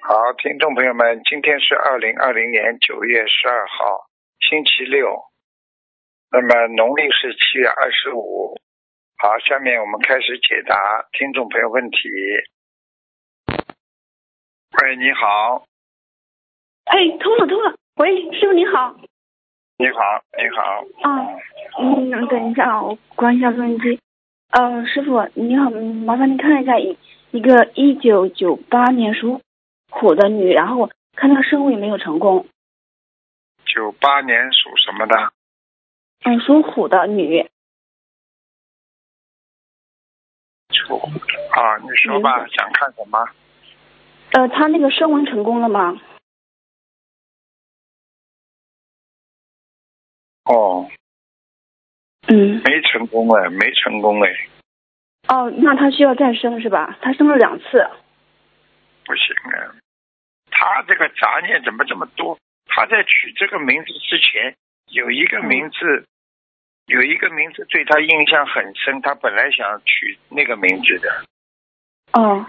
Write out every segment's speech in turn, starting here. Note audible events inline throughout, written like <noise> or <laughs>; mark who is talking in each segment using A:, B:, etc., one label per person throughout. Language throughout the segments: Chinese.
A: 好，听众朋友们，今天是二零二零年九月十二号，星期六，那么农历是七月二十五。好，下面我们开始解答听众朋友问题。喂，你好，
B: 哎，通了通了，喂，师傅你好。
A: 你好，你好，
B: 啊，嗯，等一下啊，我关一下录音机。呃，师傅你好，嗯麻烦您看一下一一个一九九八年属虎的女，然后看她生位没有成功。
A: 九八年属什么的？
B: 嗯，属虎的女，
A: 属啊，你说吧，想看什么？
B: 呃，她那个声纹成功了吗？
A: 哦，
B: 嗯，
A: 没成功哎，没成功哎，
B: 哦，那她需要再生是吧？她生了两次。
A: 不行啊！他这个杂念怎么这么多？他在取这个名字之前，有一个名字，有一个名字对他印象很深，他本来想取那个名字的，
B: 哦，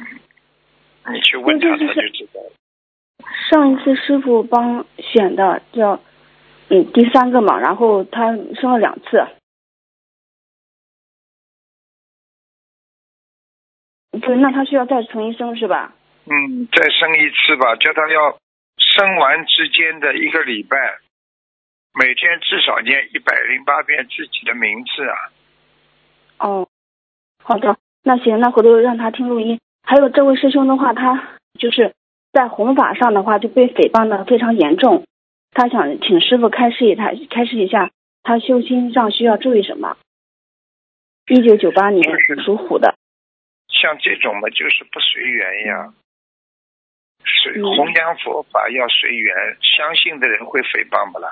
A: 你去问他，
B: 那这
A: 他
B: 是
A: 就知道了。
B: 上一次师傅帮选的叫嗯第三个嘛，然后她生了两次。对，那她需要再重新生是吧？
A: 嗯，再生一次吧，叫他要生完之间的一个礼拜，每天至少念一百零八遍自己的名字啊。
B: 哦，好的，那行，那回头让他听录音。还有这位师兄的话，他就是在弘法上的话就被诽谤的非常严重，他想请师傅开示一他开示一下，他修心上需要注意什么？一九九八年
A: 就是
B: 属虎的，
A: 像这种嘛，就是不随缘呀。随
B: 嗯
A: 弘扬佛法要随缘，相信的人会诽谤不啦？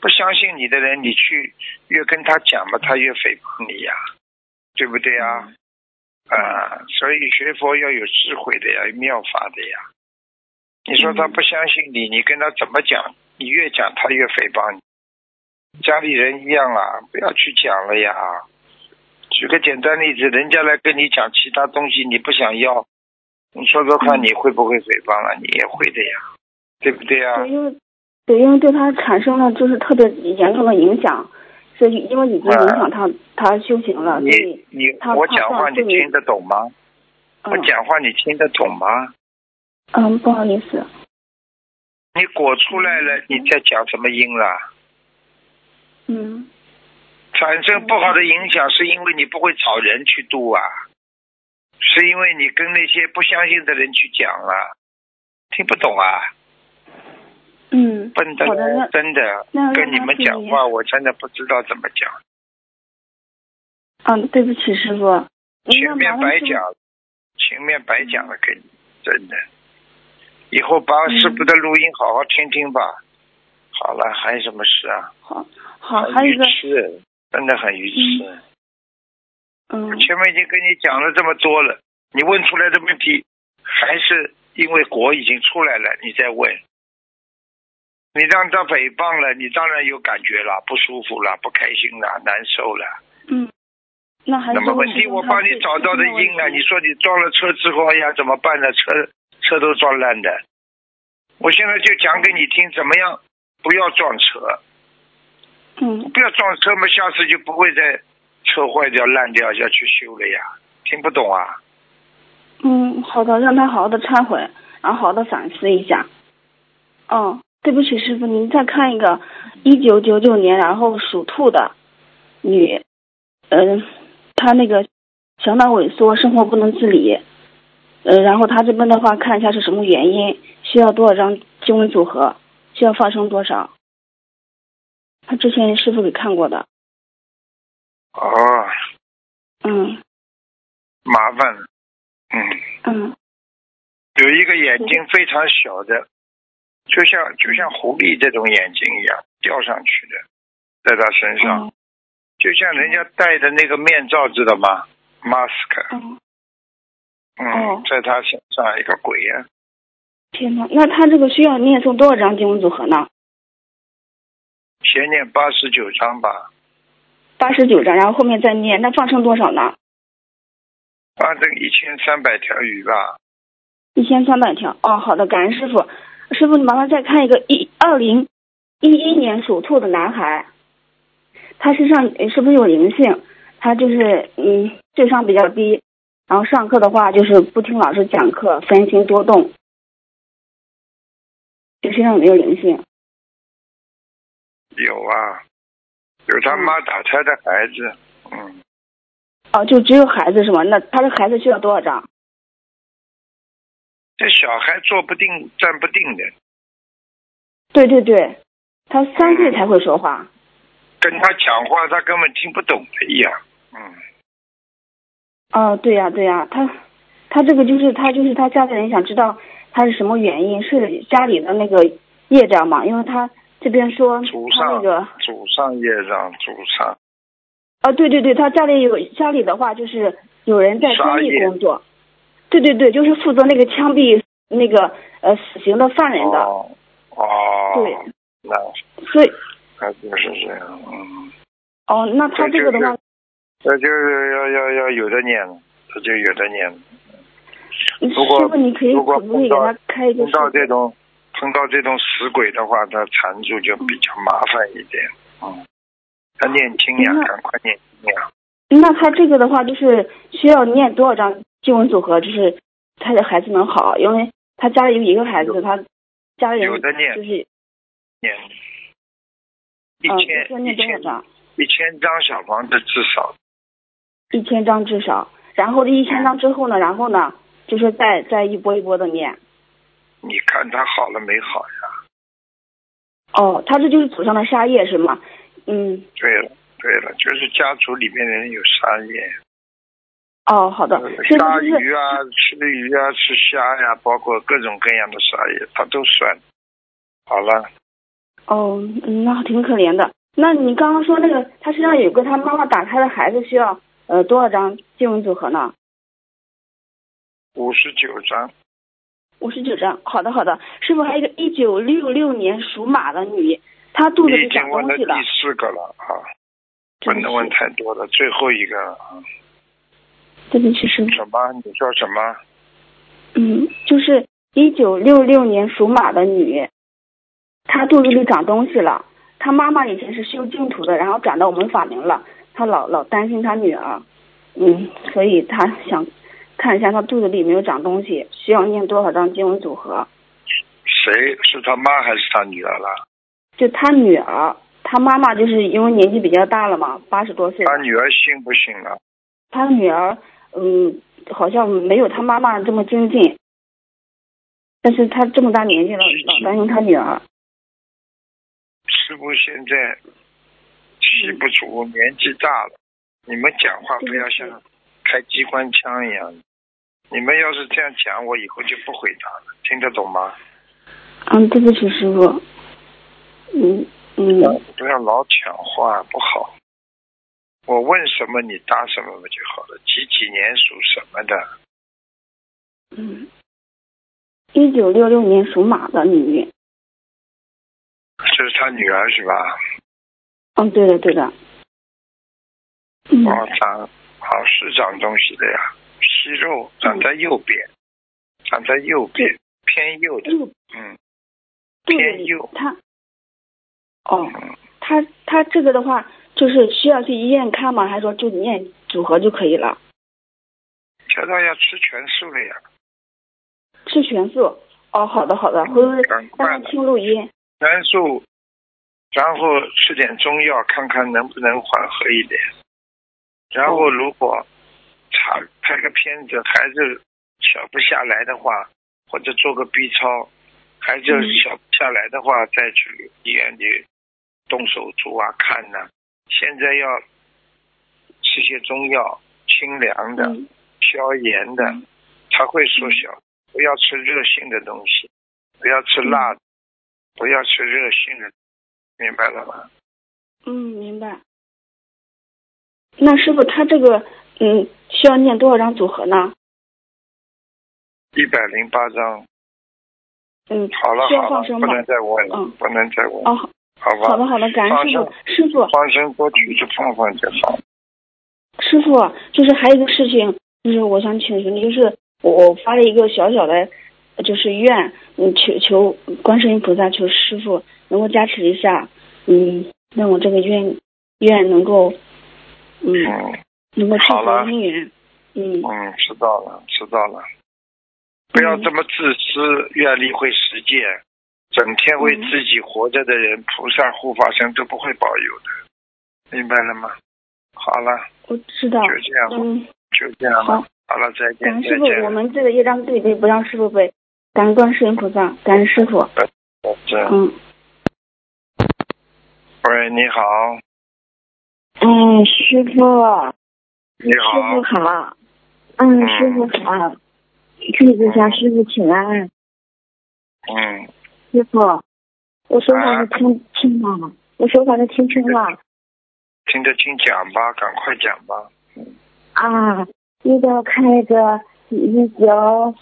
A: 不相信你的人，你去越跟他讲嘛，他越诽谤你呀，对不对呀？
B: 嗯
A: 啊、所以学佛要有智慧的呀，有妙法的呀。你说他
B: 嗯
A: 不相信你，你跟他怎么讲？你越讲他越诽谤你。家里人一样啊，不要去讲了呀。举个简单例子，人家来跟你讲其他东西，你不想要，你说说看，
B: 嗯
A: 你会不会诽谤啊？你也会的呀，对不对啊呀？
B: 对，因为对，因为对他产生了就是特别严重的影响，所以因为已经影响他、他修行
A: 啊
B: 了，所
A: 你
B: 以
A: 你
B: 他
A: 我
B: 他
A: 讲话
B: 上
A: 你
B: 次
A: 听得懂吗？我
B: 嗯
A: 讲话你听得懂吗？
B: 嗯不好意思，
A: 你果出来了，你在讲什么因了？
B: 嗯
A: 产生不好的影响，是因为你不会找人去度啊，是因为你跟那些不相信的人去讲啊，听不懂啊，
B: 嗯，
A: 笨的
B: 好的那
A: 真的
B: 那让
A: 跟你
B: 他
A: 们
B: 注
A: 讲
B: 意
A: 话，我真的不知道怎么讲，
B: 嗯，对不起，师傅。您
A: 前
B: 让
A: 面
B: 麻烦
A: 白
B: 师傅
A: 讲，前面白讲了给你，真的，以后把
B: 嗯
A: 师傅的录音好好听听吧。好了，还有什么事啊？
B: 好，好，还
A: 很
B: 有
A: 愚
B: 一个，
A: 痴，真的很愚痴。
B: 嗯
A: 我，前面已经跟你讲了这么多了，你问出来的问题还是因为果已经出来了，你再问。你让他诽谤了，你当然有感觉了，不舒服了，不开心了，难受了。
B: 嗯，那还
A: 那
B: 是
A: 么问题我帮你找到的因啊，你说你撞了车之后，哎呀怎么办呢？车车都撞烂的。我现在就讲给你听，怎么样不要撞车。
B: 嗯，
A: 不要撞车嘛，下次就不会再车坏掉、烂掉要去修了呀。听不懂啊？
B: 嗯，好的，让他好好的忏悔，然后好好的反思一下。哦，对不起，师傅，您再看一个，一九九九年，然后属兔的女，嗯、她那个小脑萎缩，生活不能自理，呃，然后她这边的话，看一下是什么原因，需要多少张经文组合，需要放生多少？她之前师傅给看过的，
A: 哦，
B: 嗯
A: 麻烦了。嗯，
B: 嗯
A: 有一个眼睛非常小的，就像就像狐狸这种眼睛一样吊上去的，在他身上，
B: 嗯
A: 就像人家戴的那个面罩，知道吗？mask，
B: 嗯，
A: 嗯
B: 哦，
A: 在他身上一个鬼啊呀、
B: 天呐，那她这个需要念诵多少张经文组合呢？
A: 先念八十九章吧，
B: 八十九张，然后后面再念，那放生多少呢？
A: 发成一千三百条鱼吧。
B: 一千三百条。哦，好的，感恩师傅。师傅，你麻烦再看一个一二零一一年属兔的男孩，他身上呃是不是有灵性？他就是嗯，智商比较低，然后上课的话就是不听老师讲课，分心多动。就身上有没有灵性？
A: 有啊，有
B: 嗯
A: 他妈打胎的孩子，嗯，
B: 哦，就只有孩子是吗？那他的孩子需要多少张？
A: 这小孩坐不定、站不定的，
B: 对对对，他三岁才会说话。
A: 跟他讲话他根本听不懂的一样，嗯，
B: 哦，对呀、对呀、他他这个就是他就是他家里人想知道他是什么原因，是家里的那个业障嘛？因为他这边说
A: 祖
B: 他那
A: 上
B: 个
A: 祖上业障，祖上
B: 啊，对对对，他家里有家里的话就是有人在
A: 杀
B: 监狱
A: 业
B: 工作，对对对，就是负责那个枪毙那个呃死刑的犯人的，
A: 哦哦，
B: 对，
A: 那
B: 所以
A: 他就是这样，嗯，
B: 哦，那他
A: 对
B: 这个的
A: 对
B: 话，
A: 那就是要要要有的念了，他就有的念了。如果
B: 师傅你可以
A: 如果
B: 可不可以给
A: 碰到
B: 他开一个
A: 碰
B: 视
A: 到
B: 频
A: 这种碰到这种死鬼的话，他缠住就比较麻烦一点。嗯，他念经呀
B: 嗯那，
A: 赶快念经呀。
B: 那他这个的话，就是需要念多少张经文组合，就是他的孩子能好？因为他家里有一个孩子，他家里
A: 有
B: 人
A: 的念
B: 就是
A: 念一
B: 呃，要
A: 千
B: 念
A: 一
B: 多少
A: 千
B: 张？
A: 一千张小房子至少，
B: 一千张至少。然后这一千张之后呢，然后呢，就是再再一波一波的念。
A: 你看他好了没好呀？
B: 哦，他这就是祖上的杀业是吗？嗯，
A: 对了对了，就是家族里面人有杀业，呃
B: 哦，好的，是不
A: 杀
B: 是就是
A: 嗯鱼啊、吃鱼啊、吃虾呀、包括各种各样的杀业，他都算。好了，
B: 哦，嗯那挺可怜的。那你刚刚说那个他身上有个他妈妈打胎的孩子需要呃多少张经文组合呢？
A: 五十九张，
B: 五十九张，好的好的。师傅还有一个一九六六年属马的女，她肚子
A: 你
B: 里
A: 已经
B: 长
A: 问
B: 东
A: 了
B: 西
A: 第
B: 了，
A: 四个了啊。不
B: 对不
A: 能问
B: 起，
A: 太多了，最后一个了啊
B: 对不起师傅，
A: 什么？你说什么？
B: 嗯，就是一九六六年属马的女，她肚子里长东西了。她妈妈以前是修净土的，然后转到我们法门了。她老老担心她女儿，嗯，所以她想看一下她肚子里有没有长东西，需要念多少张经文组合？
A: 谁是他妈还是他女儿了？
B: 就她女儿，她妈妈就是因为年纪比较大了嘛，八十多岁了
A: 他女儿信不信啊？
B: 他女儿，嗯，好像没有他妈妈这么精进，但是他这么大年纪了，老担心他女儿。
A: 师傅现在气不足，年纪大了，你们讲话不要
B: 对
A: 像开机关枪一样。你们要是这样讲，我以后就不回答了，听得懂吗？
B: 嗯，对不起，师傅。嗯嗯，
A: 不要老讲话，不好。我问什么你答什么不就好了？几几年属什么的？
B: 嗯，一九六六年属马的女。
A: 这是他女儿是吧？
B: 嗯，对的对的。嗯，
A: 哦，长好是长东西的呀，息肉长在右边，长在右边偏右的，
B: 肚
A: 嗯，
B: 肚子
A: 偏
B: 里
A: 右
B: 他。哦，
A: 嗯，
B: 他他这个的话，就是需要去医院看吗？还是说就念组合就可以了？
A: 叫他要吃全素了呀，
B: 吃全素。哦，好的好的，回头
A: 嗯赶
B: 让
A: 快
B: 他
A: 的
B: 听录音。
A: 全素，然后吃点中药看看能不能缓和一点，然后
B: 哦
A: 如果查拍个片子还是小不下来的话，或者做个 B 超，还
B: 嗯
A: 是小不下来的话，再去医院里动手术啊看呐、现在要吃些中药，清凉的、
B: 嗯
A: 消炎的，它会缩小。不要吃热性的东西，不要吃辣的，
B: 嗯
A: 不要吃热性的，明白了吗？
B: 嗯，明白。那师傅，他这个嗯，需要念多少张组合呢？
A: 一百零八章，
B: 嗯，
A: 好了
B: 需要
A: 好
B: 放
A: 了，
B: 生
A: 不
B: 吗
A: 能再问了，
B: 嗯
A: 不能再问，
B: 哦，
A: 好吧？
B: 好的好的，感恩师
A: 放
B: 傅。师傅，
A: 放生多去去放放就放。
B: 师傅，就是还有一个事情，就是我想请求你，就是我我发了一个小小的
C: 就是愿嗯求求观世音菩萨求师傅能够加持一下，嗯，让我这个愿愿能够嗯
A: 嗯
C: 能够
A: 好
C: 去
A: 了
C: 佛姻缘，嗯
A: 嗯，知道了，知道了。不
B: 嗯
A: 要这么自私，愿力会实践。整天为
C: 嗯
A: 自己活着的人，菩萨护法神都不会保佑的，明白了吗？好了，
C: 我知道，
A: 就这样吧，
C: 嗯
A: 就这样吧
C: 好。
A: 好了，再
C: 感
A: 见，
C: 恩
A: 再
C: 师傅，我
A: 见，
C: 们这个业障自己背，不让师傅背，感恩观世音菩萨，感恩师傅，
A: 再见。
C: 嗯。
A: 喂，你好，
B: 哎，师傅，
A: 你好，
B: 师傅好，嗯，师傅好，弟子向师傅请安，
A: 嗯，
B: 师傅，我说话都听清了吗？我说话都听清了
A: 听得清讲吧，赶快讲吧。
B: 啊！遇到看那个一九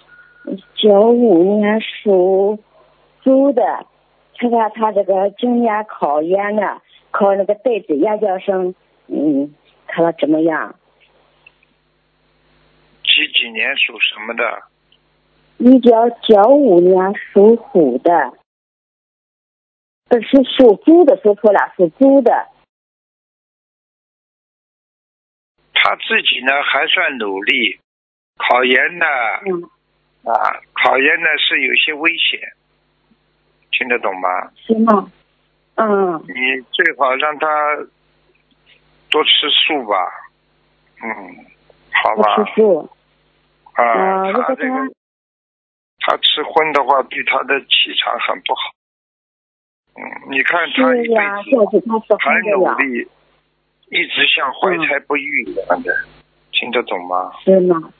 B: 九五年属猪的，看看他这个今年考研呢，考那个对子研究生，嗯，看他怎么样？
A: 几几年属什么的？
B: 一九九五年属虎的，呃，是属猪的，说错了，属猪的。
A: 他自己呢还算努力，考研呢
B: 嗯，
A: 啊，考研呢是有些危险，听得懂吗？
B: 行吗？嗯，
A: 你最好让他多吃素吧，嗯，好
B: 我
A: 吧
B: 吃，素。
A: 啊
B: 呃，，如
A: 他
B: 果
A: 这个
B: 他
A: 他吃荤的话，对他的气场很不好。嗯，你看他一
B: 是呀，
A: 辈子
B: 或者他是
A: 很
B: 红的
A: 努
B: 呀，
A: 力，一直像怀才不遇一样的，听得懂吗？
B: 是吗？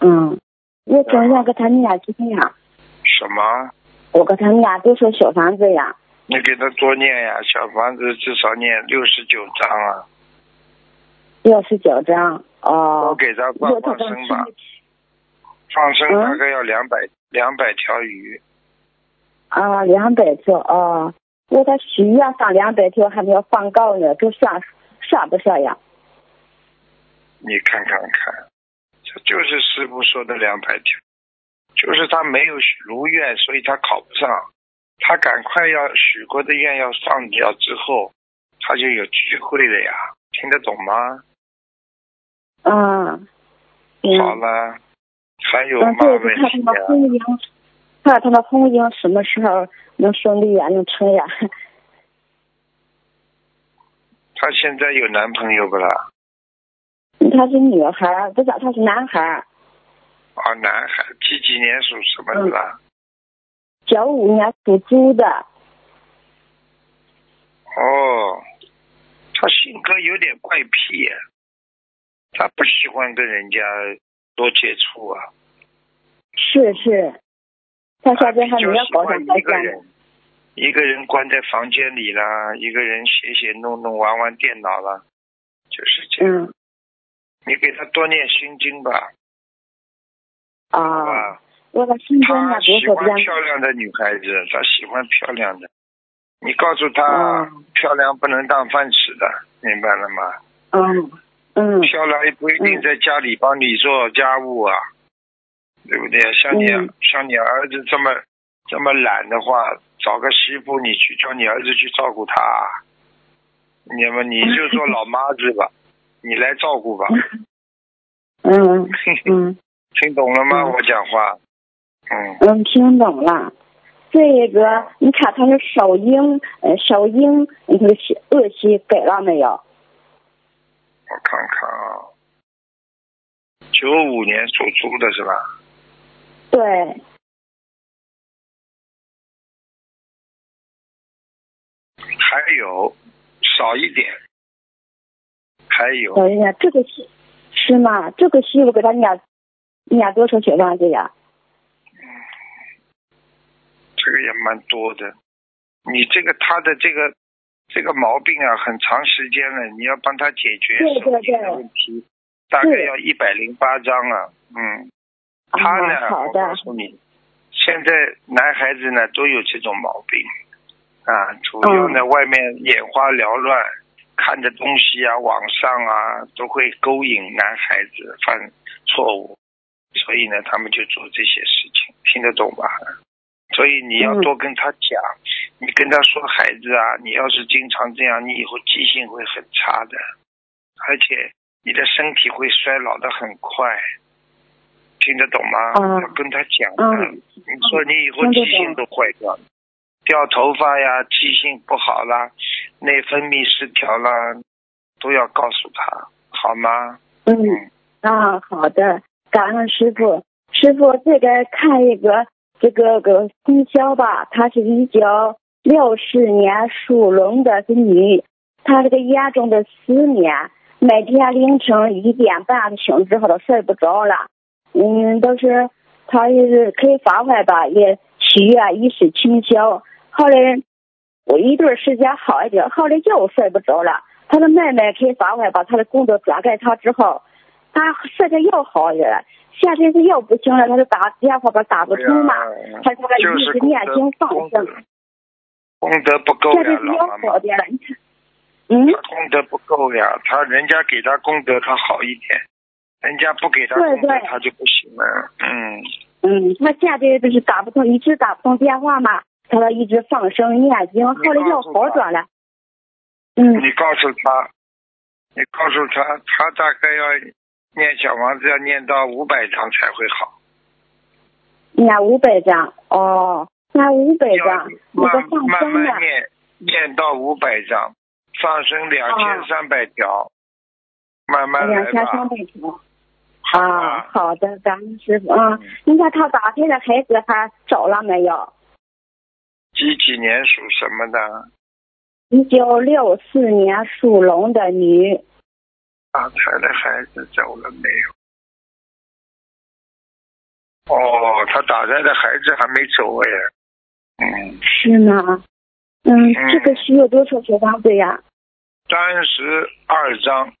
B: 嗯，我怎样给他念经呀？
A: 什么？
B: 我给他念都是小房子呀。
A: 你给他多念呀，小房子至少念六十九章啊，
B: 六十九张
A: 多
B: 哦，
A: 给他放
B: 我他
A: 放
B: 刚
A: 生吧
B: 吃，
A: 放生
B: 嗯
A: 大概要两百两百条鱼，
B: 啊，两百条哦，我他许愿放两百条，还没有放够呢，这算算不算呀？
A: 你看看看，这就是师傅说的两百条，就是他没有如愿，所以他考不上，他赶快要许过的愿要上掉之后，他就有机会了呀，听得懂吗？
B: 啊，嗯，
A: 好了，还有
B: 嗯，
A: 嘛
B: 对，
A: 问
B: 看
A: 题
B: 他们婚
A: 啊？
B: 姻，看他们婚姻什么时候能顺利呀、能成呀？ <laughs>
A: 她现在有男朋友不啦？
B: 他是女孩儿，不是他是男孩儿，
A: 啊，男孩，几几年属什么
B: 嗯
A: 的啦？
B: 九五年属猪的。
A: 哦，他性格有点怪癖、啊，他不喜欢跟人家多接触啊。
B: 是是，他
A: 他
B: 下
A: 啊比
B: 边还
A: 较
B: 没有
A: 喜
B: 搞
A: 欢
B: 上保
A: 一个
B: 险。
A: 人，一个人关在房间里啦，一个人写写弄弄、玩玩电脑啦，就是这样。
B: 嗯
A: 你给他多念心经吧，好
B: 啊，
A: 吧？
B: 我的心中
A: 他
B: 呢，比
A: 喜
B: 如说
A: 欢
B: 比较
A: 漂亮的女孩子，他喜欢漂亮的。你告诉他
B: 啊，，
A: 漂亮不能当饭吃的，明白了吗？
B: 嗯嗯
A: 漂亮也不一定在家里帮你做家务啊，对不对？像你、啊
B: 嗯
A: 像你儿子这么这么懒的话，找个媳妇你去叫你儿子去照顾他，啊你们你就做老妈子
B: <laughs>
A: 吧，你来照顾吧，
B: 嗯嗯
A: <laughs> 听懂了吗？
B: 嗯
A: 我讲话，嗯，
B: 嗯，听懂了。这个你看他是手淫，呃，手淫，你这个习恶习改了没有？
A: 我看看啊，九五年属猪的是吧？
B: 对，
A: 还有少一点，还有
B: 老人家，这个戏是吗？这个戏我给他念念多少啊小房子呀？
A: 这个也蛮多的。你这个他的这个这个毛病啊，很长时间了，你要帮他解决
B: 对对
A: 手机的
B: 对
A: 问题，大概要一百零八张啊。嗯，
B: 啊
A: 他呢，，
B: 好
A: 我
B: 的，
A: 告诉你，现在男孩子呢都有这种毛病啊，主
B: 嗯
A: 要呢、外面眼花缭乱，看的东西啊，网上啊都会勾引男孩子犯错误。所以呢，他们就做这些事情，听得懂吧？所以你要多跟他讲，
B: 嗯
A: 你跟他说，孩子啊，你要是经常这样，你以后记性会很差的，而且你的身体会衰老的很快，听得懂吗？
B: 嗯
A: 要跟他讲的，
B: 嗯
A: 你说你以后记性都坏掉了，掉头发呀，记性不好啦，内分泌失调啦，都要告诉他，好吗？
B: 嗯。啊，好的，感恩师傅。师傅，这个看一个这个个生肖吧，她是一九六四年属龙的，是女，她这个严重的失眠，每天凌晨一点半醒之后都睡不着了。嗯，都是她也是可以发坏吧，也许愿一时清消。后来我一段时间好一点，后来又睡不着了。她的妹妹可以发坏，把她的工作转给她之后。他睡得又好一点了，下阵子又不行了，他就打电话吧打不
A: 哎对呀啊
B: 通嘛，他说
A: 就
B: 一
A: 是
B: 直
A: 功
B: 念
A: 德
B: 经放
A: 功德
B: 生，
A: 功德不够
B: 下
A: 呀
B: 阵，子
A: 老妈
B: 又
A: 妈
B: 好，点了。嗯，
A: 他功德不够呀，他人家给他功德他好一点，人家不给他
B: 对
A: 功德
B: 对
A: 他就不行了，嗯，
B: 嗯，他下阵子是打不通，一直打不通电话嘛，他说一直放生念经，后来又好转了。嗯，
A: 你告诉他，你告诉他，他大概要念小房子要念到五百张才会好，
B: 念五百张哦，念五百
A: 要
B: 张，那个
A: 慢
B: 放
A: 慢
B: 生呢
A: 慢？念，念到五百张，放生两千三百条，慢慢
B: 啊两
A: 来
B: 千三
A: 吧，
B: 百条。
A: 好
B: 啊，
A: 吧，
B: 好的，咱们师傅啊
A: 嗯，
B: 你看他打胎的孩子还找了没有？
A: 几几年属什么的？
B: 一九六四年属龙的女，
A: 刚才的孩子走了没有？哦，他打胎的孩子还没走哎。嗯，
B: 是吗？嗯，
A: 嗯
B: 这个需要多少小房子呀？
A: 三十二章，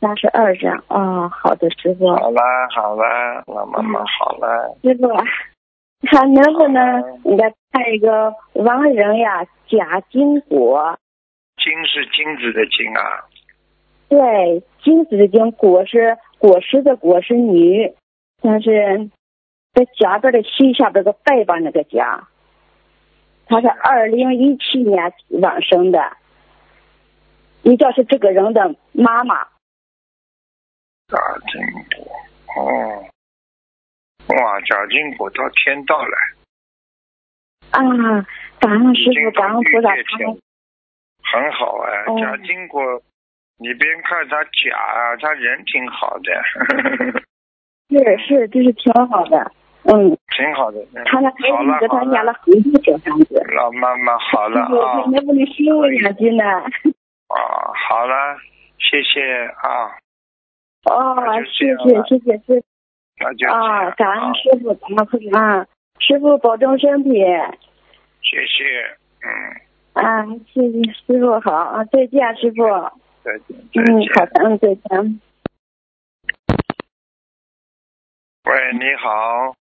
B: 三十二张。哦，好的，师傅。
A: 好啦好啦，老妈
B: 嗯
A: 妈好啦。
B: 师傅，看能不
A: 哦
B: 能你再看一个亡人呀？贾金果，
A: 金是金子的金啊，
B: 对，金子的金，果是果实的果是女，但是在夹边的西下边个背吧那个夹，她是二零一七年往生的，你就是这个人的妈妈。
A: 贾金果。哦，哇，贾金果到天道了，
B: 啊，感恩
A: 已
B: 师
A: 经
B: 傅，
A: 到
B: 感恩
A: 欲
B: 菩萨，
A: 界天了，很好啊。
B: 哦
A: 贾金果，你别看他假啊，他人挺好
B: <laughs>
A: 的。
B: 是是，这是挺好的。嗯，
A: 挺好的。嗯
B: 他那孩
A: 好
B: 子你
A: 了
B: 给
A: 好
B: 他
A: 了
B: 念了很多小房子，
A: 老妈妈好了
B: 师傅
A: 啊
B: 看能不能收两句呢？
A: 啊，好了，谢谢啊，
B: 哦
A: 那就，这
B: 谢
A: 样
B: 谢
A: 了
B: 谢谢师
A: 那就这样
B: 啊，感
A: 啊
B: 恩师傅，感恩菩萨啊，师傅保重身体
A: 谢谢，嗯，
B: 啊，谢谢师傅好啊，再见师傅，
A: 再见再
B: 嗯，
A: 见。
B: 好的，嗯，再见。
A: 喂，你好，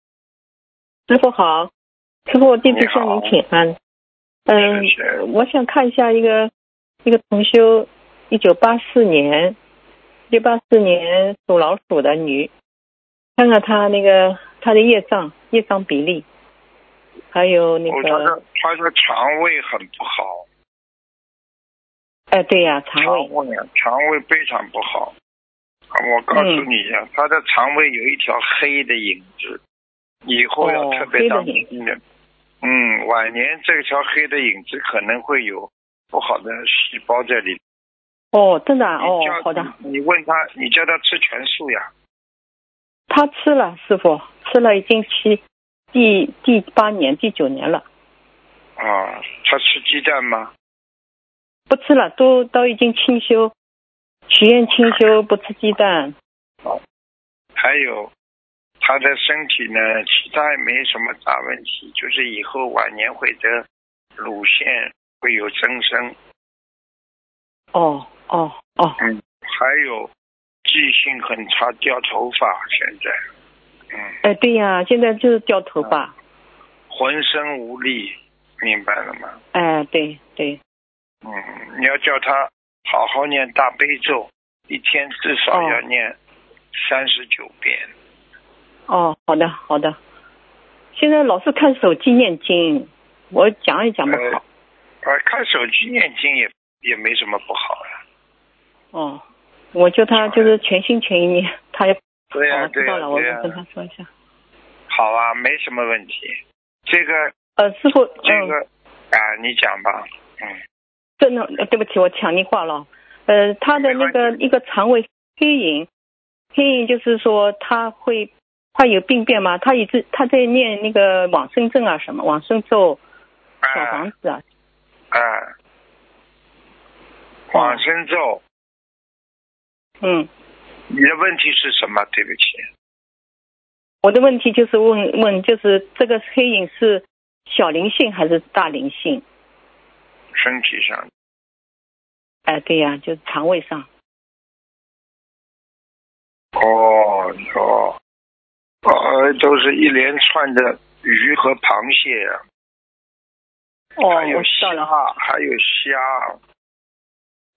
D: 师傅好，师傅弟子向您请安。嗯
A: 谢谢，
D: 我想看一下一个一个同修，一九八四年，一九八四年属老鼠的女，看看她那个她的业障业障比例，还有那
A: 我他
D: 个
A: 的他的肠胃很不好，
D: 哎对呀、肠
A: 肠
D: 胃
A: 胃啊肠胃非常不好。啊我告诉你呀、
D: 嗯
A: 他的肠胃有一条黑的影子，以后要
D: 哦
A: 特别
D: 黑的
A: 当
D: 影
A: 心的。嗯，晚年这条黑的影子可能会有不好的细胞在里
D: 哦真的啊哦
A: 你叫
D: 好的，
A: 你问他，你叫他吃全素呀？
D: 她吃了师傅吃了已经七第第八年第九年了，
A: 啊，他吃鸡蛋吗？
D: 不吃了都都已经清修，许愿清修不吃鸡蛋。
A: 还有，他的身体呢，其他也没什么大问题，就是以后晚年会得乳腺会有增生，
D: 哦哦哦，
A: 嗯，还有记性很差，掉头发，现在，嗯，
D: 哎，对呀，现在就是掉头
A: 啊
D: 发，
A: 浑身无力，明白了吗？
D: 哎，对对，
A: 嗯，你要叫他好好念大悲咒，一天至少
D: 哦
A: 要念三十九遍。
D: 哦，好的好的。现在老是看手机念经，我讲也讲不好。
A: 呃，看手机念经也也没什么不好呀、呃
D: 哦，我就他就是全心全意念，他也
A: 对呀、
D: 哦
A: 对
D: 知
A: 呀、
D: 道了，我
A: 对呀、
D: 跟他说一下。
A: 好啊，没什么问题。这个
D: 呃，师傅，
A: 这
D: 嗯
A: 个、啊，你讲吧。嗯，
D: 真的，呃对不起，我抢你话了。呃，他的那
A: 没
D: 个
A: 关
D: 一个肠胃黑影，黑影就是说他会他有病变嘛，他一直他在念那个往生咒啊什么往生咒小
A: 啊
D: 房子啊，
A: 啊，往生咒，
D: 嗯，
A: 你的问题是什么？对不起。
D: 我的问题就是问问就是这个黑影是小灵性还是大灵性？
A: 身体上，
D: 哎、对呀、就是肠胃上，
A: 哦哟，呃，都是一连串的鱼和螃蟹呀、
D: 哦，
A: 还有
D: 我知
A: 虾
D: 道了，，
A: 还有虾。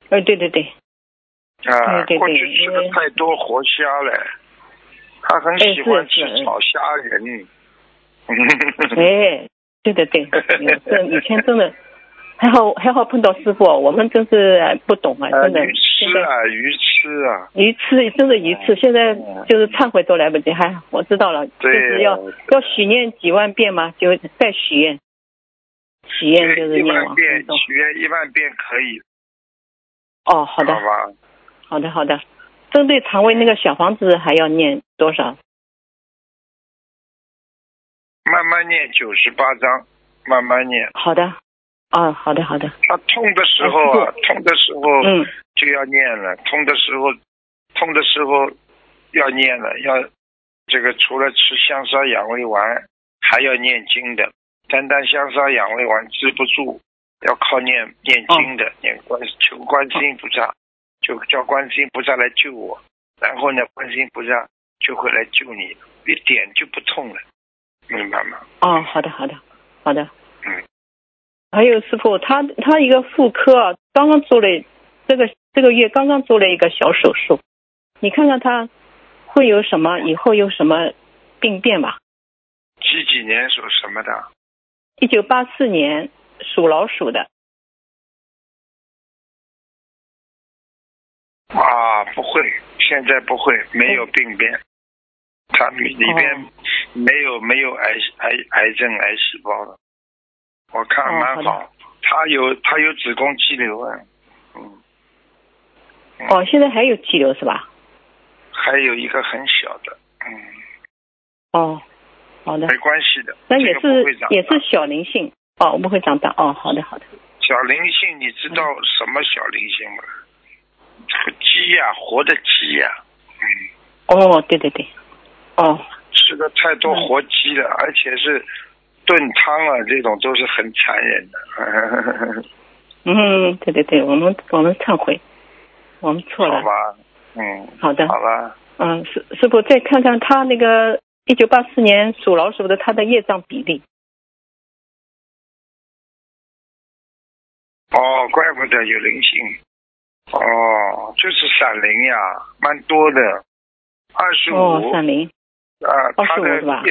D: 呃，对对对，
A: 啊，
D: 嗯对对对
A: 过去吃的太多活虾了，他很喜欢吃炒虾
D: <laughs>
A: 仁。嗯
D: 哎，对对对，嗯这以前真的还好还好碰到师傅，啊我们真是哎不懂啊，
A: 啊，
D: 真的。
A: 鱼
D: 现
A: 吃
D: 在
A: 啊，鱼吃啊，
D: 鱼刺真的鱼刺，现在就是忏悔都来不及。还我知道了，就
A: 对
D: 是要要许愿几万遍嘛，就再许愿，许愿就是
A: 一
D: 念
A: 万
D: 往
A: 遍
D: 生咒。
A: 学一万遍可以，
D: 哦，好的
A: 好，吧？
D: 好的，好的。针对肠胃那个小房子还要念多少？
A: 慢慢念九十八章，慢慢念。
D: 好的，啊，好的，好的，
A: 他痛的时候啊，痛的时候
D: 哎嗯，
A: 就要念了，痛的时候，痛的时候要念了，要这个除了吃香砂养胃丸，还要念经的。单单香砂养胃丸治不住，要靠念念经的，念观求观世音菩萨，就叫观世音菩萨来救我，然后呢，观世音菩萨就会来救你，一点就不痛了，明白吗？
D: 哦，好的，好的，好的。
A: 嗯。
D: 还有师傅，他他一个妇科啊，刚刚做了这个这个月刚刚做了一个小手术，你看看他会有什么以后有什么病变吧？
A: 几几年属什么的？
D: 一九八四年属老鼠的，
A: 啊，不会，现在不会，没有病变，它里边
D: 哦
A: 没有、没有癌癌癌症癌细胞了，我看
D: 哦
A: 蛮
D: 好的
A: 好。他有他有子宫肌瘤啊，嗯，嗯
D: 哦，现在还有肌瘤是吧？
A: 还有一个很小的，嗯，
D: 哦，好的
A: 没，关系的，
D: 那
A: 这
D: 也
A: 个
D: 是
A: 不会长大
D: 也是小灵性哦，不会长大哦，好的好的，
A: 小灵性，你知道
D: 嗯
A: 什么小灵性吗？这个鸡呀、活的鸡呀、嗯。
D: 哦，对对对，哦
A: 吃的太多
D: 嗯
A: 活鸡了，而且是炖汤啊，这种都是很残忍的，
D: 嗯，对对对，我们我们忏悔，我们
A: <laughs>
D: 错
A: 好
D: 了，
A: 吧？嗯，
D: 好的，
A: 好吧，
D: 嗯，师师傅再看看他那个一九八四年属老鼠的他的业障比例。
A: 哦，怪不得有灵性，哦，就是闪灵呀，蛮多的，二十
D: 哦，
A: 五
D: 三零。
A: 啊，
D: 25
A: 它的
D: 是吧
A: 比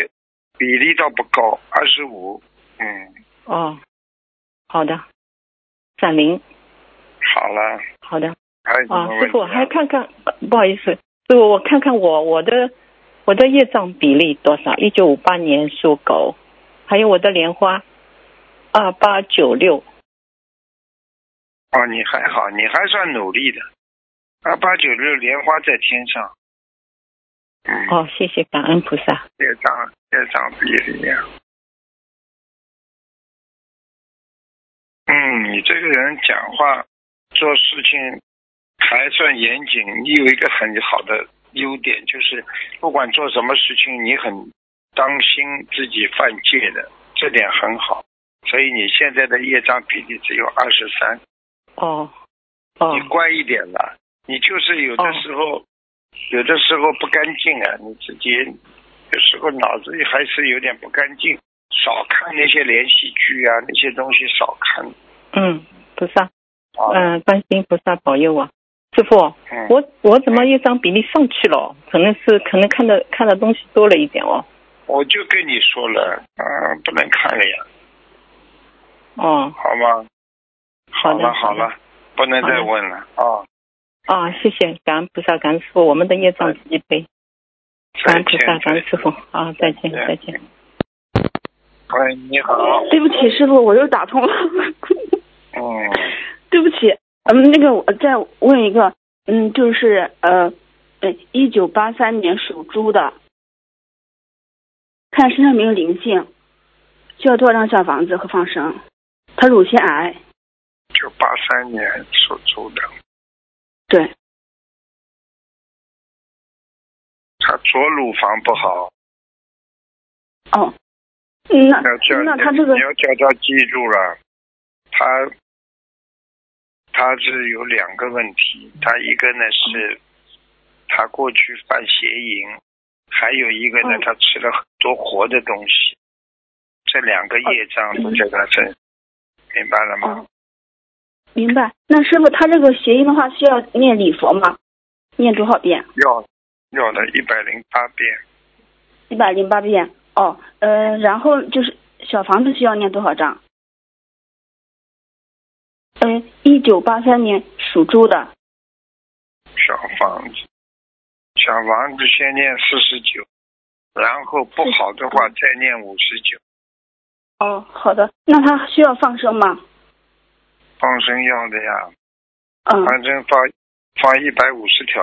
A: 比例倒不高，二十五，嗯，
D: 哦，好的，三零，
A: 好了，
D: 好的。
A: 还有什
D: 啊
A: 么，
D: 师
A: 问题
D: 傅
A: 啊？
D: 还看看、呃不好意思，师傅我看看我我的我的业障比例多少？一九五八年属狗，还有我的莲花，二八九六。
A: 哦，你还好，你还算努力的，二八九六莲花在天上，嗯。
D: 哦，谢谢感恩菩萨。
A: 业障业障比例啊。嗯，你这个人讲话、做事情还算严谨。你有一个很好的优点，就是不管做什么事情，你很当心自己犯戒的，这点很好。所以你现在的业障比例只有二十三，
D: 哦，哦
A: 你，乖一点了。你就是有的
D: 哦
A: 时候，有的时候不干净啊，你自己有时候脑子里还是有点不干净，少看那些连续剧啊，那些东西少看
D: 嗯，菩萨，呃
A: 啊。
D: 嗯、观世音菩萨保佑我。师傅，
A: 嗯，
D: 我我怎么业障比例上去了？可能是可能看的看的东西多了一点哦。
A: 我就跟你说了，嗯，不能看了呀，
D: 哦，
A: 好吗？
D: 好的，
A: 了好
D: 的
A: 了，不能再
D: 好的
A: 问了啊！
D: 啊，谢谢，感恩菩萨，感恩师傅，我们的业障自己背，
A: 再
D: 感恩菩
A: 见，
D: 萨，感
A: 再
D: 恩师傅啊，再见，
A: 见
D: 再见。。
A: 喂，哎你好，
B: 对不起，师傅，我又打通了。
A: 嗯，
B: 对不起，嗯，那个我再问一个，嗯，就是呃，呃，一九八三年属猪的，看身上有没有灵性，需要多少张小房子和放生？他乳腺癌，
A: 就八三年属猪的，
B: 对，
A: 他左乳房不好，
B: 哦，嗯那
A: 要叫
B: 那他这个
A: 你要叫他记住了，他他是有两个问题，他一个呢是他过去犯邪淫，还有一个呢、
B: 嗯
A: 他吃了很多活的东西，这两个业障都在他身，明白了吗？
B: 哦，明白。那师傅，他这个谐音的话需要念礼佛吗？念多少遍？
A: 要要的一百零八遍，
B: 一百零八遍。哦，呃，然后就是小房子需要念多少张？嗯，一九八三年属猪的。
A: 小房子，小房子先念四十九，然后不好的话再念五十九，
B: 哦，好的。那他需要放生吗？
A: 放生要的呀。
B: 嗯，
A: 反正发发一百五十条，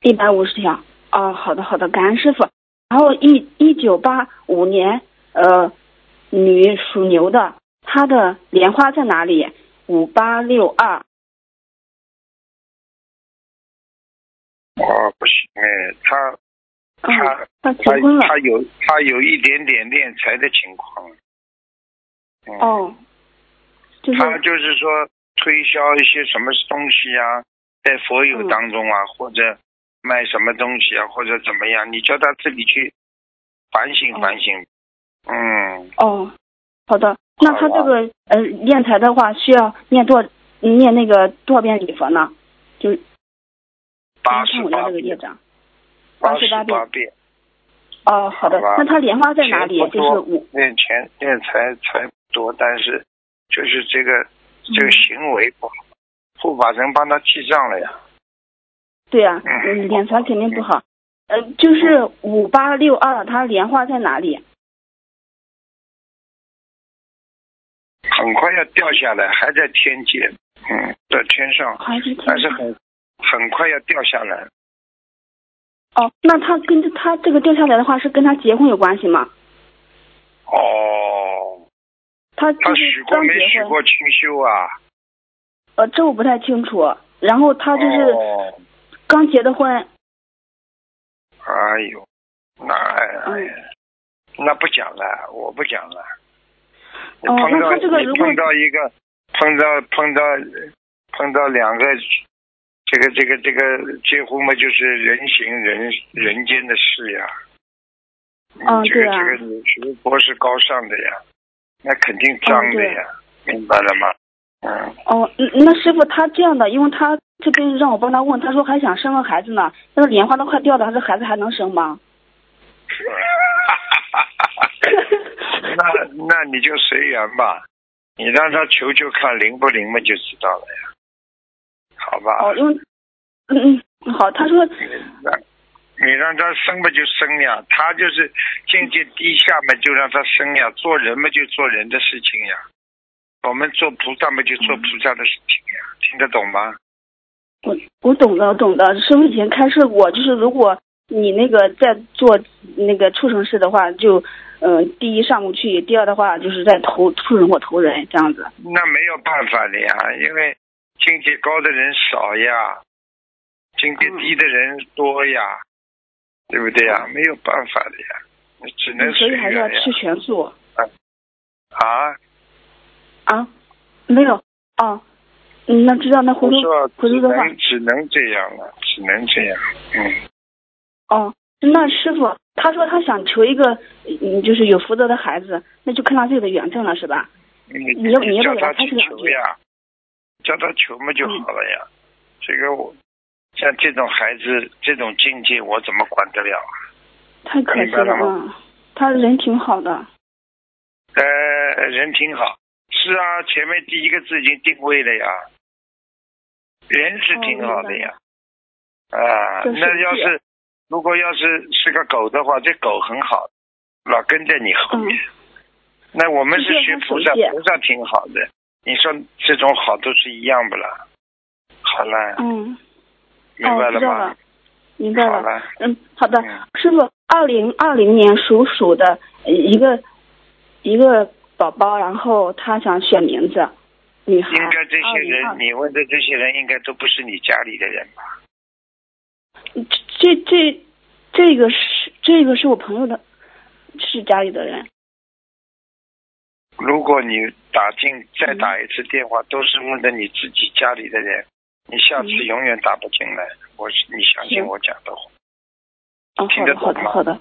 B: 一百五十条。哦，好的，好的，感恩师傅。然后一一九八五年，呃，女属牛的，她的莲花在哪里？五八六二。
A: 哦，不行哎，他
B: 嗯，
A: 他
B: 她结
A: 他
B: 婚了。
A: 他有他有一点点敛财的情况，嗯，
B: 哦，就是
A: 他就是说推销一些什么东西啊，在佛友
B: 嗯
A: 当中啊，或者卖什么东西啊，或者怎么样，你叫他自己去反省
B: 哦
A: 反省，嗯，
B: 哦，好的。那他
A: 好吧啊
B: 这个呃练财的话，需要念多念那个多少遍礼佛呢？就是
A: 八
B: 看
A: 十
B: 我的
A: 八
B: 这个业障。
A: 八
B: 88遍
A: 八遍，
B: 哦，好的
A: 好吧。
B: 那他莲花在哪里
A: 钱？不
B: 就
A: 多
B: 是五
A: 练钱练财财不多，但是就是这个这
B: 嗯
A: 个行为不好，护法神帮他记账了呀。
B: 对啊，
A: 嗯
B: 嗯，敛财肯定不好。呃，就是五八六二，他莲花在哪里？
A: 很快要掉下来，还在天界，嗯，在天上，
B: 还是挺
A: 但是很很快要掉下来。
B: 哦，那他跟他这个掉下来的话，是跟他结婚有关系吗？
A: 哦，
B: 他
A: 他
B: 就是
A: 许过
B: 刚
A: 没
B: 结
A: 许
B: 婚，
A: 过清修啊？
B: 呃，这我不太清楚。然后他啊就是
A: 哦，
B: 刚结的婚，
A: 哎呦，那哎
B: 嗯
A: 呀，那不讲了，我不讲了。你
B: 哦
A: 碰到
B: 那他这个如
A: 你
B: 果
A: 碰到一个碰到碰到碰到两个。这个这个这个结婚嘛，就是人行人人间的事呀。
B: 嗯
A: 这个
B: 对啊
A: 这个你学佛是高尚的呀，那肯定脏的呀，明白了吗？嗯，
B: 哦，嗯那师傅他这样的，因为他这边让我帮他问，他说还想生个孩子呢，那个莲花都快掉了，他这孩子还能
A: <laughs>
B: 生吗？ <laughs>
A: 那那你就随缘吧，你让他求求看灵不灵嘛，就知道了呀，好吧？
B: 哦，因为，嗯嗯，好，他说，
A: 你让他生嘛就生呀，他就是境界低下嘛就让他生呀，做人嘛就做人的事情呀，我们做菩萨嘛就做菩萨的事情呀，听得懂吗？
B: 我我懂的，我懂的，师傅以前开示过，就是如果你那个在做那个畜生事的话，就，嗯、第一上不去，第二的话就是在投畜生或投人这样子。
A: 那没有办法的呀，因为境界高的人少呀，境界低的人多呀，对不对呀？没有办法的呀，你只能
B: 嗯所
A: 随
B: 以还是要
A: 缘呀
B: 吃。全素
A: 啊，
B: 啊？没有哦，嗯那知道那回
A: 我
B: 头
A: 说
B: 回
A: 只
B: 头的话。
A: 能只能这样了，只能这样。嗯，
B: 哦，那师傅他说他想求一个嗯，就是有福德的孩子，那就看他自己的缘分了，是吧？
A: 你
B: 你要你要
A: 叫
B: 不
A: 他
B: 要给他
A: 去
B: 开始两
A: 求
B: 句
A: 呀，叫他求嘛就好了呀。这个我像这种孩子这种境界，我怎么管得了啊？
B: 太可惜
A: 明白
B: 了
A: 了
B: 啊！他人挺好的，
A: 呃，人挺好。是啊，前面第一个字已经定位了呀，人是挺好的呀。啊，
B: 哦就是
A: 那要
B: 是
A: 是如果要是是个狗的话，这狗很好，老跟在你后
B: 嗯
A: 面。那我们是
B: 就是
A: 学
B: 它
A: 菩
B: 属
A: 萨，
B: 戒
A: 菩萨挺好的。你说这种好都是一样不啦？好了，
B: 嗯，
A: 明白
B: 哦，知道
A: 吗？
B: 了，明白
A: 好
B: 了。
A: 了，
B: 嗯，好的
A: 嗯，
B: 师傅，二零二零年属鼠的呃一个一个宝宝，然后他想选名字，女孩。
A: 应该这些人，
B: 2020
A: 你问的这些人应该都不是你家里的人吧？
B: 这这这个是这个是我朋友的，是家里的人。
A: 如果你打进再打一次电话，都是问的你自己家里的人，你下次
B: 嗯
A: 永远打不进来。我是你相信
B: 行
A: 我讲的话，
B: 哦，
A: 听
B: 好
A: 得懂
B: 的，好的，
A: 吗
B: 好的。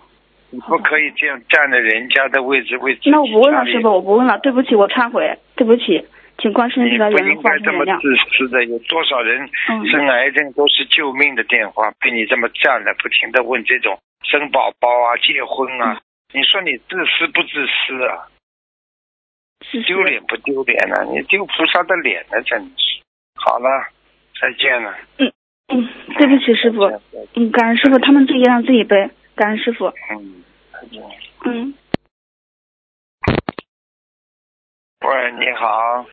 A: 你
B: 好
A: 不
B: 的
A: 可以这样占着人家的位置为自己
B: 那我不问
A: 家
B: 了，
A: 里
B: 师傅，我不问了，对不起，我忏悔，对不起，请观世音
A: 你
B: 菩萨
A: 不
B: 原
A: 应
B: 谅，化
A: 该这
B: 身
A: 么
B: 原谅。
A: 自私的，有多少人
B: 嗯，
A: 生癌症都是救命的电话，被你这么占了，不停的问这种生宝宝啊、结婚啊，
B: 嗯
A: 你说你自私不自私啊？
B: 是
A: 丢脸不丢脸呢、你丢菩萨的脸呢，真是。好了，再见了。
B: 嗯，对不起，师傅。嗯，感恩师傅，他们自己让自己背。感恩师傅。
A: 嗯，再见。
B: 嗯，
A: 喂，你好。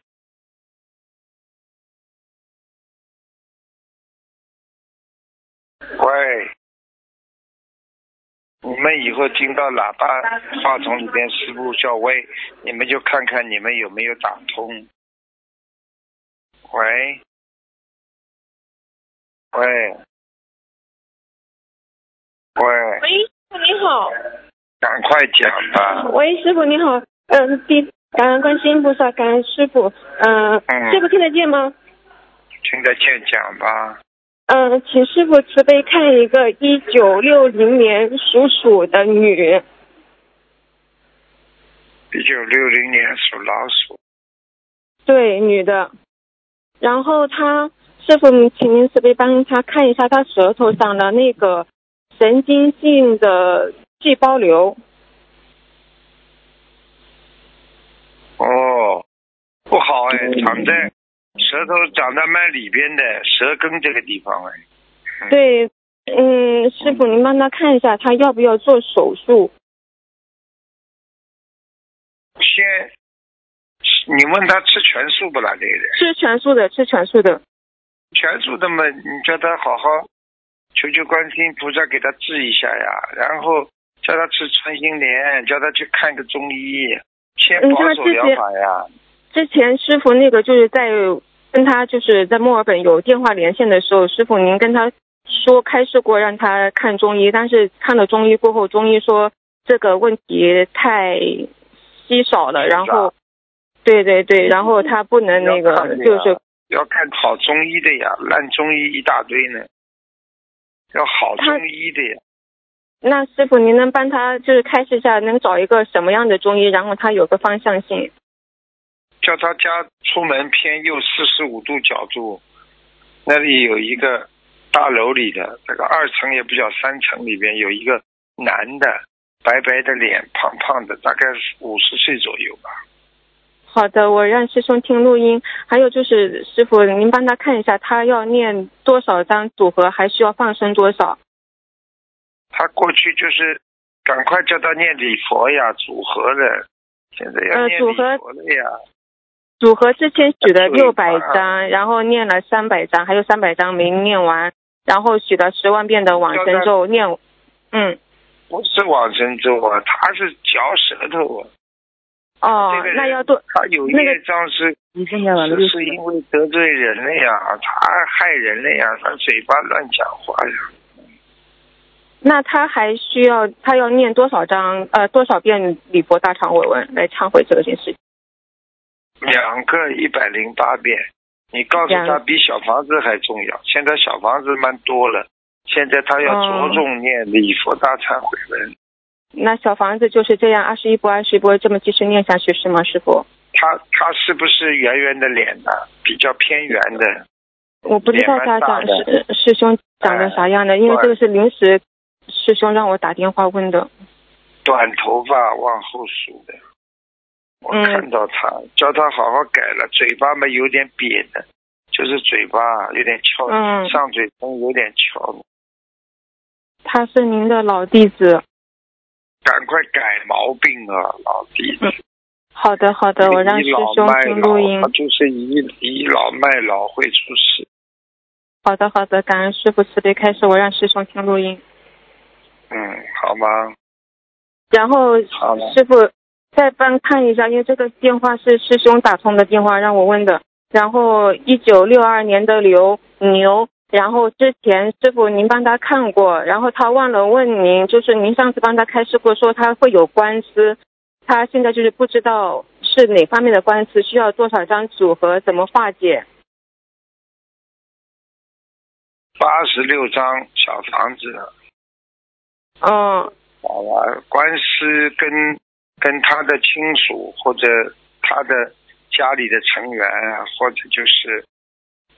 A: 喂，你们以后听到喇叭话筒里边师傅叫喂，你们就看看你们有没有打通。喂，喂，喂，
E: 喂，师傅你好，
A: 赶快讲吧。
E: 喂，师傅你好，嗯、第感恩观世音菩萨，感恩师傅，嗯、
A: 嗯
E: 师傅听得见吗？
A: 听得见讲吧。
E: 嗯、请师傅慈悲看一个一九六零年属鼠的女，
A: 一九六零年属老鼠，
E: 对，女的，然后她师傅，请您慈悲帮她看一下她舌头上的那个神经性的细胞瘤，
A: 哦，不好哎，长在舌头长在脉里边的舌根这个地方哎，
E: 对，嗯，师傅您帮她看一下她要不要做手术。
A: 先，你问他吃全素不啦？这个人
E: 吃全素的，吃全素的。
A: 全素的嘛，你叫他好好求求观世音菩萨给他治一下呀，然后叫他吃穿心莲，叫他去看个中医，先
E: 嗯
A: 保
E: 他
A: 守
E: 之
A: 疗
E: 前
A: 法呀。
E: 之前师傅那个就是在跟他就是在墨尔本有电话连线的时候，师傅您跟他说开示过让他看中医，但是看了中医过后，中医说这个问题太稀少嗯了，然后对对对，然后他不能那
A: 要看
E: 个
A: 的呀
E: 就是
A: 要看好中医的呀，烂中医一大堆呢，要好
E: 他
A: 中医的呀。
E: 那师傅您能帮他就是开示一下，能找一个什么样的中医，然后他有个方向性。
A: 叫他家出门偏右四十五度角度，那里有一个大楼里的，这个二层也不叫三层里边有一个男的，白白的脸，胖胖的，大概五十岁左右吧。
E: 好的，我让师兄听录音。还有就是，师傅您帮他看一下，他要念多少张组合，还需要放生多少？
A: 他过去就是赶快叫他念礼佛呀，组合的，现在要
E: 呃
A: 念
E: 组
A: 礼
E: 合
A: 佛的呀。
E: 组合之前许的
A: 对
E: 六百
A: 啊
E: 张，然后念了三百张，还有三百张没念完，然后许了十万遍的往
A: 交代
E: 生咒念，嗯，
A: 不是往生咒啊，他是嚼舌头啊，
E: 哦
A: 这个，人
E: 那要多，
A: 他有
E: 那个
A: 业障是
D: 你现在
A: 是是因为得罪人了呀，他害人了呀，他嘴巴乱讲话呀。
E: 那他还需要他要念多少张，呃，多少遍礼佛大忏悔文来忏悔这个件事情？
A: 两个一百零八遍，你告诉他
E: 两
A: 比小房子还重要。现在小房子蛮多了，现在他要
E: 哦
A: 着重念礼佛大忏悔文。
E: 那小房子就是这样，二十一波，二十一波这么继续念下去是吗，师傅？
A: 他他是不是圆圆的脸呢、比较偏圆的，
E: 我不知道
A: 脸
E: 他
A: 蛮大
E: 长
A: 的
E: 师师兄长得啥样的，因为这个是临时师兄让我打电话问的。
A: 短头发往后梳的，我
E: 嗯
A: 看到他，叫他好好改了，嘴巴嘛有点瘪的，就是嘴巴有点翘，
E: 嗯
A: 哦上嘴唇有点翘，
E: 他是您的老弟子。
A: 赶快改毛病啊，老弟。
E: 嗯好的，好的，我让
A: 倚
E: 师
A: 老
E: 兄
A: 卖
E: 听
A: 老
E: 录音
A: 他。就是倚倚老卖老会出事。
E: 好的，好的，感恩师傅慈悲开示，我让师兄听录音。
A: 嗯，好吗？
E: 然后
A: 好了。
E: 师傅再帮看一下，因为这个电话是师兄打通的电话，让我问的。然后一九六二年的刘牛，然后之前师傅您帮他看过，然后他忘了问您，就是您上次帮他开示过，说他会有官司，他现在就是不知道是哪方面的官司，需要多少张组合，怎么化解？
A: 八十六张小房子，
E: 嗯，
A: 好吧，官司跟跟他的亲属或者他的家里的成员啊，或者就是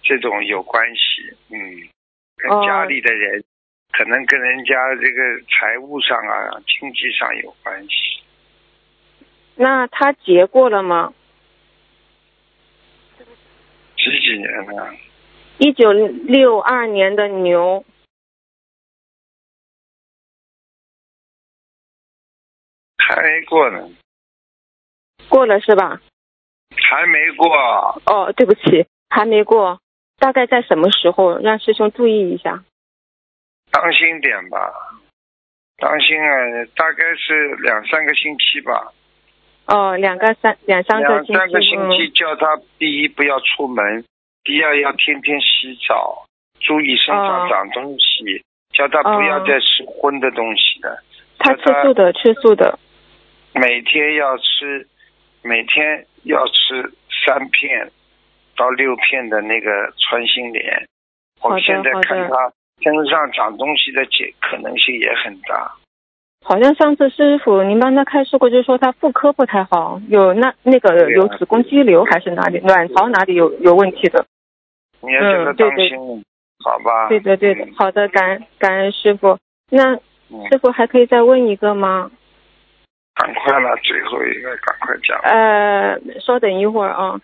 A: 这种有关系，嗯，跟
E: 哦
A: 家里的人，可能跟人家这个财务上啊、经济上有关系。
E: 那他结过了吗？
A: 几几年呢？
E: 一九六二年的牛，
A: 还没过呢，
E: 过了是吧？
A: 还没过，
E: 哦，对不起，还没过，大概在什么时候？让师兄注意一下。
A: 当心点吧，当心啊！大概是两三个星期吧。
E: 哦，两个三两三个
A: 两
E: 星期，
A: 三个星期
E: 嗯，
A: 叫他第一不要出门，第二要天天洗澡，注意身上
E: 哦
A: 长东西，叫他不要再吃荤的东西了，
E: 他
A: 叫
E: 吃素的，吃素的，
A: 每天要吃，每天要吃三片到六片的那个穿心莲。我
E: 好
A: 们
E: 的
A: 现在
E: 好的
A: 看他身上长东西的解可能性也很大，
E: 好像上次师傅您帮他开示过，就是说他妇科不太好，有那那个
A: 对啊啊
E: 有子宫肌瘤还是哪里卵巢哪里有有问题的。
A: 你要叫他
E: 嗯对
A: 当心，好吧？
E: 对的对的，好的，感恩感恩师傅。那
A: 嗯，嗯
E: 师傅还可以再问一个吗？
A: 赶快了，最后一个赶快讲。
E: 呃，稍等一会儿啊。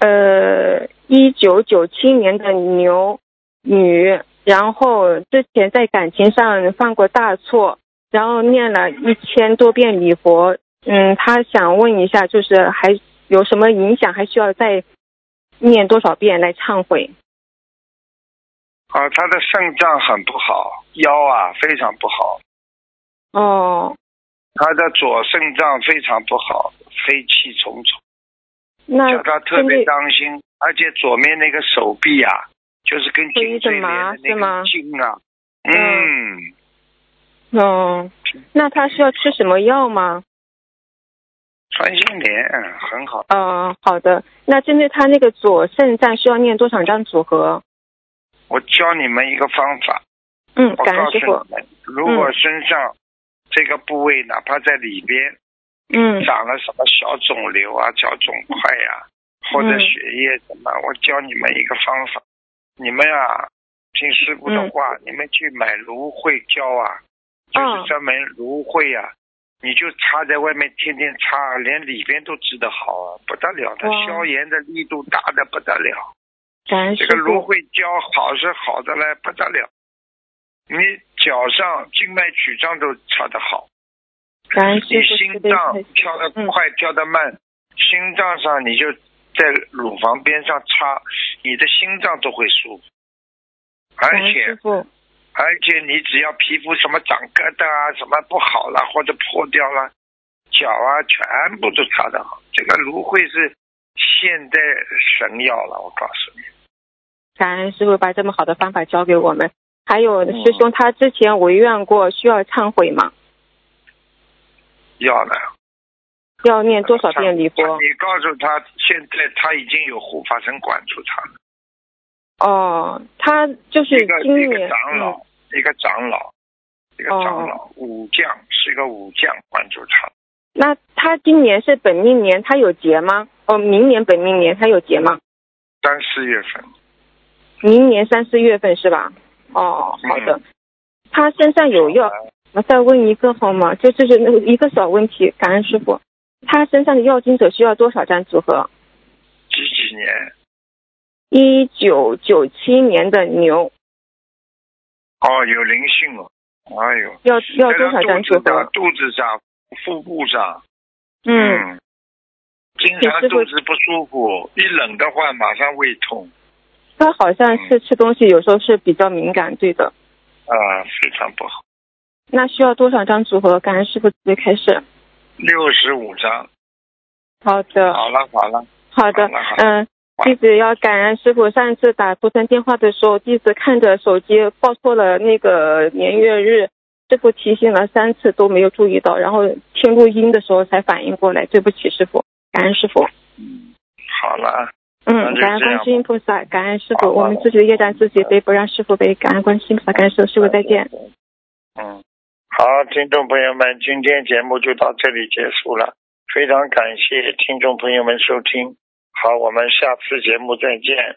E: 呃，一九九七年的牛女，然后之前在感情上犯过大错，然后念了一千多遍礼佛。嗯，她想问一下，就是还有什么影响，还需要再念多少遍来忏悔？
A: 啊，他的肾脏很不好，腰啊非常不好，
E: 哦，
A: 他的左肾脏非常不好，黑气重重，
E: 那
A: 叫他特
E: 针
A: 别
E: 对
A: 当心。而且左面那个手臂啊，就是跟
E: 会一
A: 颈
E: 直
A: 椎连
E: 麻
A: 的那
E: 是吗
A: 个筋啊，
E: 嗯
A: 嗯，
E: 哦，那她需要吃什么药吗？
A: 穿心莲嗯很好，
E: 呃，好的。那针对他那个左肾脏需要念多少张组合？
A: 我教你们一个方法，
E: 嗯，
A: 我
E: 感
A: 告
E: 恩
A: 诉
E: 师傅。
A: 你们，如果身上这个部位哪怕在里边
E: 嗯
A: 长了什么小肿瘤啊、小肿块呀、
E: 嗯
A: 或者血液什么，我教你们一个方法，你们啊，听师傅的话，
E: 嗯
A: 你们去买芦荟胶啊，就是专门芦荟啊，你就擦在外面，天天擦，连里边都治得好啊，不得了的，
E: 哇
A: 消炎的力度大的不得了。
E: 感恩
A: 这
E: 师
A: 个芦
E: 傅。
A: 荟胶好是好的嘞，不得了，你脚上静脉曲张都擦得好。
E: 感恩师
A: 你
E: 傅
A: 心
E: 慈悲
A: 脏
E: 开示。嗯
A: 跳得快，跳得慢，心脏上你就在乳房边上插，你的心脏都会舒服。而
E: 感恩
A: 且
E: 师傅。
A: 而且你只要皮肤什么长疙瘩啊，什么不好了或者破掉了，脚啊全部都擦得好。这个芦荟是现代神药了，我告诉你。
E: 感恩师傅把这么好的方法教给我们。还有师兄，他之前违愿过，需要忏悔吗？
A: 要的，
E: 要念多少遍礼佛？
A: 你告诉他，现在他已经有护法神管住他了，
E: 哦，他就是
A: 一个
E: 今
A: 一
E: 年
A: 个长老，
E: 嗯哦
A: 一个长老，一个长老，武将是一个武将，关注他。
E: 那他今年是本命年，他有劫吗？哦，明年本命年他有劫吗？
A: 三四月份，
E: 明年三四月份是吧？哦，好的。他身上有药，我再问一个好吗？就就是那个一个小问题，感恩师傅。他身上的药精者需要多少张组合？
A: 几几年？
E: 一九九七年的牛
A: 哦，有灵性哦，哎呦，
E: 要要
A: 在
E: 多
A: 他
E: 少张
A: 肚子
E: 组
A: 上
E: 合？、
A: 肚子上、腹部上，
E: 嗯，，
A: 经
E: 你
A: 常
E: 师
A: 肚
E: 傅
A: 子不舒服，一冷的话马上胃痛
E: 他好像是吃东西有时候是比较敏感，对的。
A: 啊、非常不好。
E: 那需要多少张组合？感恩师傅直接开始。
A: 六十五张，
E: 好的，
A: 好了好了，
E: 好
A: 好
E: 的
A: 了好，了
E: 嗯，弟子要感恩师傅。上一次打图腾电话的时候，弟子看着手机报错了那个年月日，师傅提醒了三次都没有注意到，然后听录音的时候才反应过来，对不起师傅，感恩师傅。
A: 好了，那
E: 嗯，
A: 就
E: 感恩
A: 这样
E: 观世音菩萨，感恩师
A: 好
E: 傅，
A: 好
E: 我们自己的业障自己背，不让师傅背。感恩观世音菩萨，感恩师傅，师傅再见。
A: 嗯，好，听众朋友们，今天节目就到这里结束了，非常感谢听众朋友们收听，好，我们下次节目再见。